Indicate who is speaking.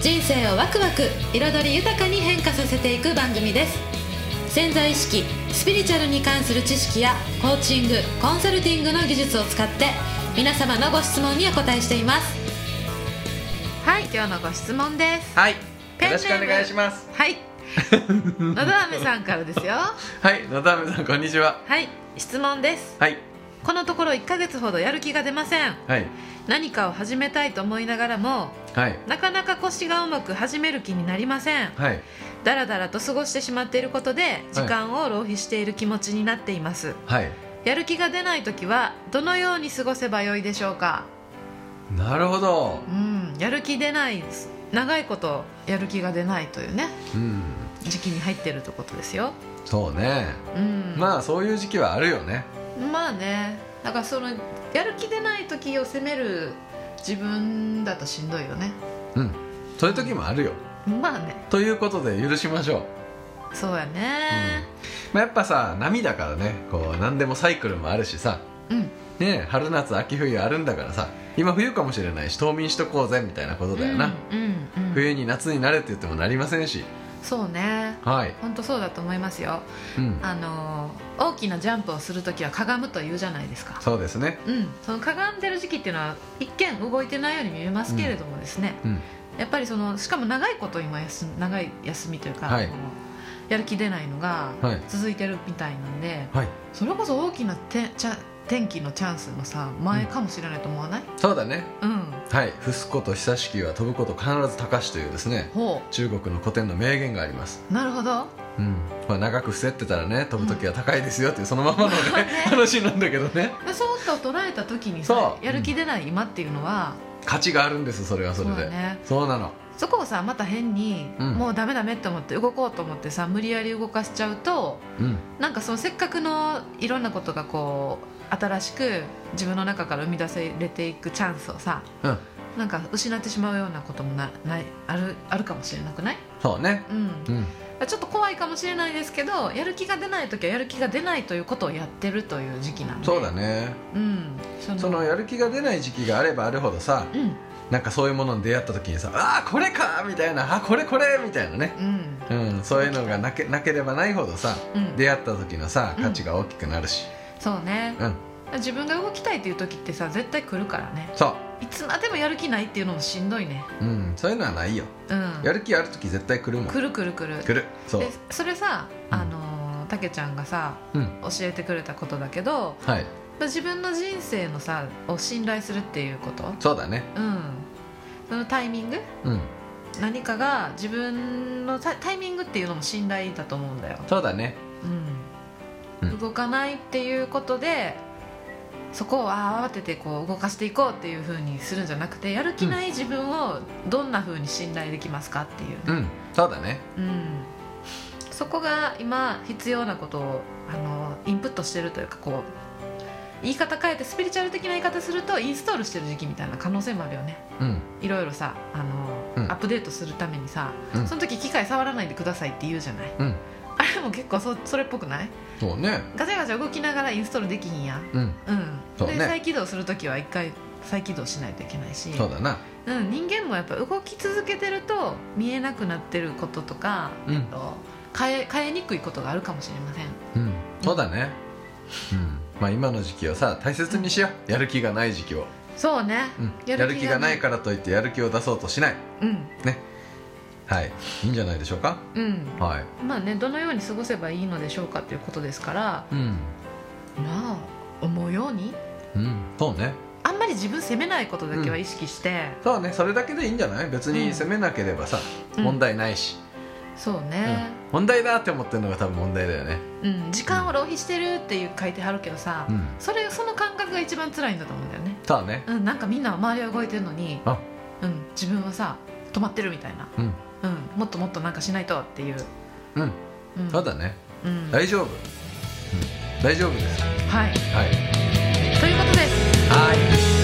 Speaker 1: 人生をワクワク彩り豊かに変化させていく番組です潜在意識スピリチュアルに関する知識やコーチングコンサルティングの技術を使って皆様のご質問にお答えしていますはい今日のご質問です
Speaker 2: はい
Speaker 1: ペン
Speaker 2: よろしくお願いします
Speaker 1: はいのど飴さんからですよ
Speaker 2: はいのためさんこんにちは
Speaker 1: はい質問です
Speaker 2: はい
Speaker 1: このところ1ヶ月ほどやる気が出ません
Speaker 2: はい
Speaker 1: 何かを始めたいと思いながらも
Speaker 2: はい
Speaker 1: なかなか腰が重く始める気になりません
Speaker 2: はい
Speaker 1: だらだらと過ごしてしまっていることで時間を浪費している気持ちになっています、
Speaker 2: はい
Speaker 1: やる気が出ない時はどのように過ごせばよいでしょうか
Speaker 2: なるほど
Speaker 1: うんやる気出ないです長いことやる気が出ないというね
Speaker 2: うん
Speaker 1: 時期に入ってるってことですよ
Speaker 2: そうね
Speaker 1: うん
Speaker 2: まあそういう時期はあるよね
Speaker 1: まあねだからそのやる気出ない時を責める自分だとしんどいよね
Speaker 2: うんそういう時もあるよ
Speaker 1: まあね
Speaker 2: ということで許しましょう、
Speaker 1: そうやね
Speaker 2: まあ、やっぱさ波だからねこう何でもサイクルもあるしさ
Speaker 1: うん、
Speaker 2: ねえ春夏秋冬あるんだからさ今冬かもしれないし冬眠しとこうぜみたいなことだよな、
Speaker 1: うんうん、うん
Speaker 2: 冬に夏になれって言ってもなりませんし
Speaker 1: そうね
Speaker 2: はい、
Speaker 1: 本当そうだと思いますよ
Speaker 2: うん、
Speaker 1: あのー大きなジャンプをする時はかがむというじゃないですか
Speaker 2: そうですね
Speaker 1: うん、そのかがんでる時期っていうのは一見動いてないように見えますけれどもですね、
Speaker 2: うん
Speaker 1: やっぱりそのしかも長いこと今休長い休みというか、
Speaker 2: はい
Speaker 1: このやる気出ないのが
Speaker 2: はい
Speaker 1: 続いてるみたいなんで、
Speaker 2: はい
Speaker 1: それこそ大きなてちゃ天気のチャンスのさ前かもしれないと思わない、
Speaker 2: そうだね
Speaker 1: うん
Speaker 2: はい「伏すこと久しきは飛ぶこと必ず高し」というですね
Speaker 1: ほ
Speaker 2: 中国の古典の名言があります、
Speaker 1: うなるほど
Speaker 2: うんまあ、長く伏せってたらね飛ぶ時は高いですよっていうそのままのね、 話なんだけどね
Speaker 1: でそうと捉えた時に
Speaker 2: そ
Speaker 1: さ
Speaker 2: う
Speaker 1: やる気出ない今っていうのは、
Speaker 2: 価値があるんですそれはそれで
Speaker 1: そうだね
Speaker 2: そうなの
Speaker 1: そこをさまた変に、
Speaker 2: うん
Speaker 1: もうダメダメって思って動こうと思ってさ無理やり動かしちゃうと
Speaker 2: うん
Speaker 1: なんかそのせっかくのいろんなことがこう新しく自分の中から生み出せれていくチャンスをさ
Speaker 2: うん
Speaker 1: なんか失ってしまうようなこともなないあるあるかもしれなくない、
Speaker 2: そうね
Speaker 1: うん、
Speaker 2: うん
Speaker 1: ちょっと怖いかもしれないですけどやる気が出ない時はやる気が出ないということをやってるという時期なんで
Speaker 2: そうだ、ね
Speaker 1: うん、その
Speaker 2: そのやる気が出ない時期があればあるほどさ
Speaker 1: うん
Speaker 2: なんかそういうものに出会った時にさ「ああこれか!」みたいな「あこれこれ!」みたいなね、
Speaker 1: うん
Speaker 2: うん、そういうのがなけなければないほどさ
Speaker 1: うん、
Speaker 2: 出会った時のさ価値が大きくなるし、
Speaker 1: そうね
Speaker 2: うん
Speaker 1: 自分が動きたいっていう時ってさ絶対来るからね
Speaker 2: そ
Speaker 1: いつまでもやる気ないっていうのもしんどいね
Speaker 2: う、うん、そういうのはないよ
Speaker 1: うん
Speaker 2: やる気ある時絶対来るもん
Speaker 1: 来る来る来る
Speaker 2: 来るそう
Speaker 1: でそれさ
Speaker 2: うん
Speaker 1: あのーたけちゃんがさ、
Speaker 2: うん
Speaker 1: 教えてくれたことだけど
Speaker 2: はい
Speaker 1: 自分の人生のさを信頼するっていうこと
Speaker 2: そうだね
Speaker 1: うんそのタイミング
Speaker 2: うん
Speaker 1: 何かが自分のタタイミングっていうのも信頼だと思うんだよ、
Speaker 2: そうだね
Speaker 1: うん
Speaker 2: うん
Speaker 1: 動かないっていうことでそこをあー慌ててこう動かしていこうっていうふうにするんじゃなくてやる気ない自分をどんなふうに信頼できますかっていうね、
Speaker 2: うんそうだね
Speaker 1: うん、そこが今必要なことをあのインプットしてるというかこう言い方変えてスピリチュアル的な言い方するとインストールしてる時期みたいな可能性もあるよね
Speaker 2: うん
Speaker 1: いろいろさあの、
Speaker 2: うん
Speaker 1: アップデートするためにさ、
Speaker 2: うん
Speaker 1: その時機械触らないでくださいって言うじゃない
Speaker 2: うん
Speaker 1: あれも結構そそれっぽくない
Speaker 2: そうね
Speaker 1: ガチャガチャ動きながらインストールできひんやん
Speaker 2: うん
Speaker 1: うん
Speaker 2: そうね
Speaker 1: で再起動する時は一回再起動しないといけないし
Speaker 2: そうだな
Speaker 1: うん、人間もやっぱ動き続けてると見えなくなってることとか、
Speaker 2: うん
Speaker 1: えっと変え変えにくいことがあるかもしれません
Speaker 2: うんそうだねうんまあ今の時期をさ大切にしようやる気がない時期を、
Speaker 1: そうね、
Speaker 2: うん、やる気がないからといってやる気を出そうとしない
Speaker 1: うん
Speaker 2: はいいいんじゃないでしょうか
Speaker 1: うん
Speaker 2: はい
Speaker 1: まあねどのように過ごせばいいのでしょうかということですから
Speaker 2: うん
Speaker 1: まあ思うように
Speaker 2: うんそうね
Speaker 1: あんまり自分責めないことだけは意識して、
Speaker 2: そうねそれだけでいいんじゃない別
Speaker 1: う
Speaker 2: に
Speaker 1: ん
Speaker 2: 責めなければさ、
Speaker 1: うん
Speaker 2: 問題ないし、
Speaker 1: そうね、
Speaker 2: うん問題だって思ってるのが多分問題だよね
Speaker 1: うん時間を浪費してるっていう書いてはるけどさ、
Speaker 2: うん
Speaker 1: それその感覚が一番辛いんだと思うんだよね、
Speaker 2: そうね
Speaker 1: うん、なんかみんなは周りは動いてるのに
Speaker 2: あ、
Speaker 1: うん、自分はさ止まってるみたいな、
Speaker 2: うん
Speaker 1: うん、もっともっとなんかしないとっていう、
Speaker 2: うん
Speaker 1: うん、
Speaker 2: そうだね
Speaker 1: うん、はい
Speaker 2: 大丈夫、うん、大丈夫ですはい
Speaker 1: ということです
Speaker 2: はい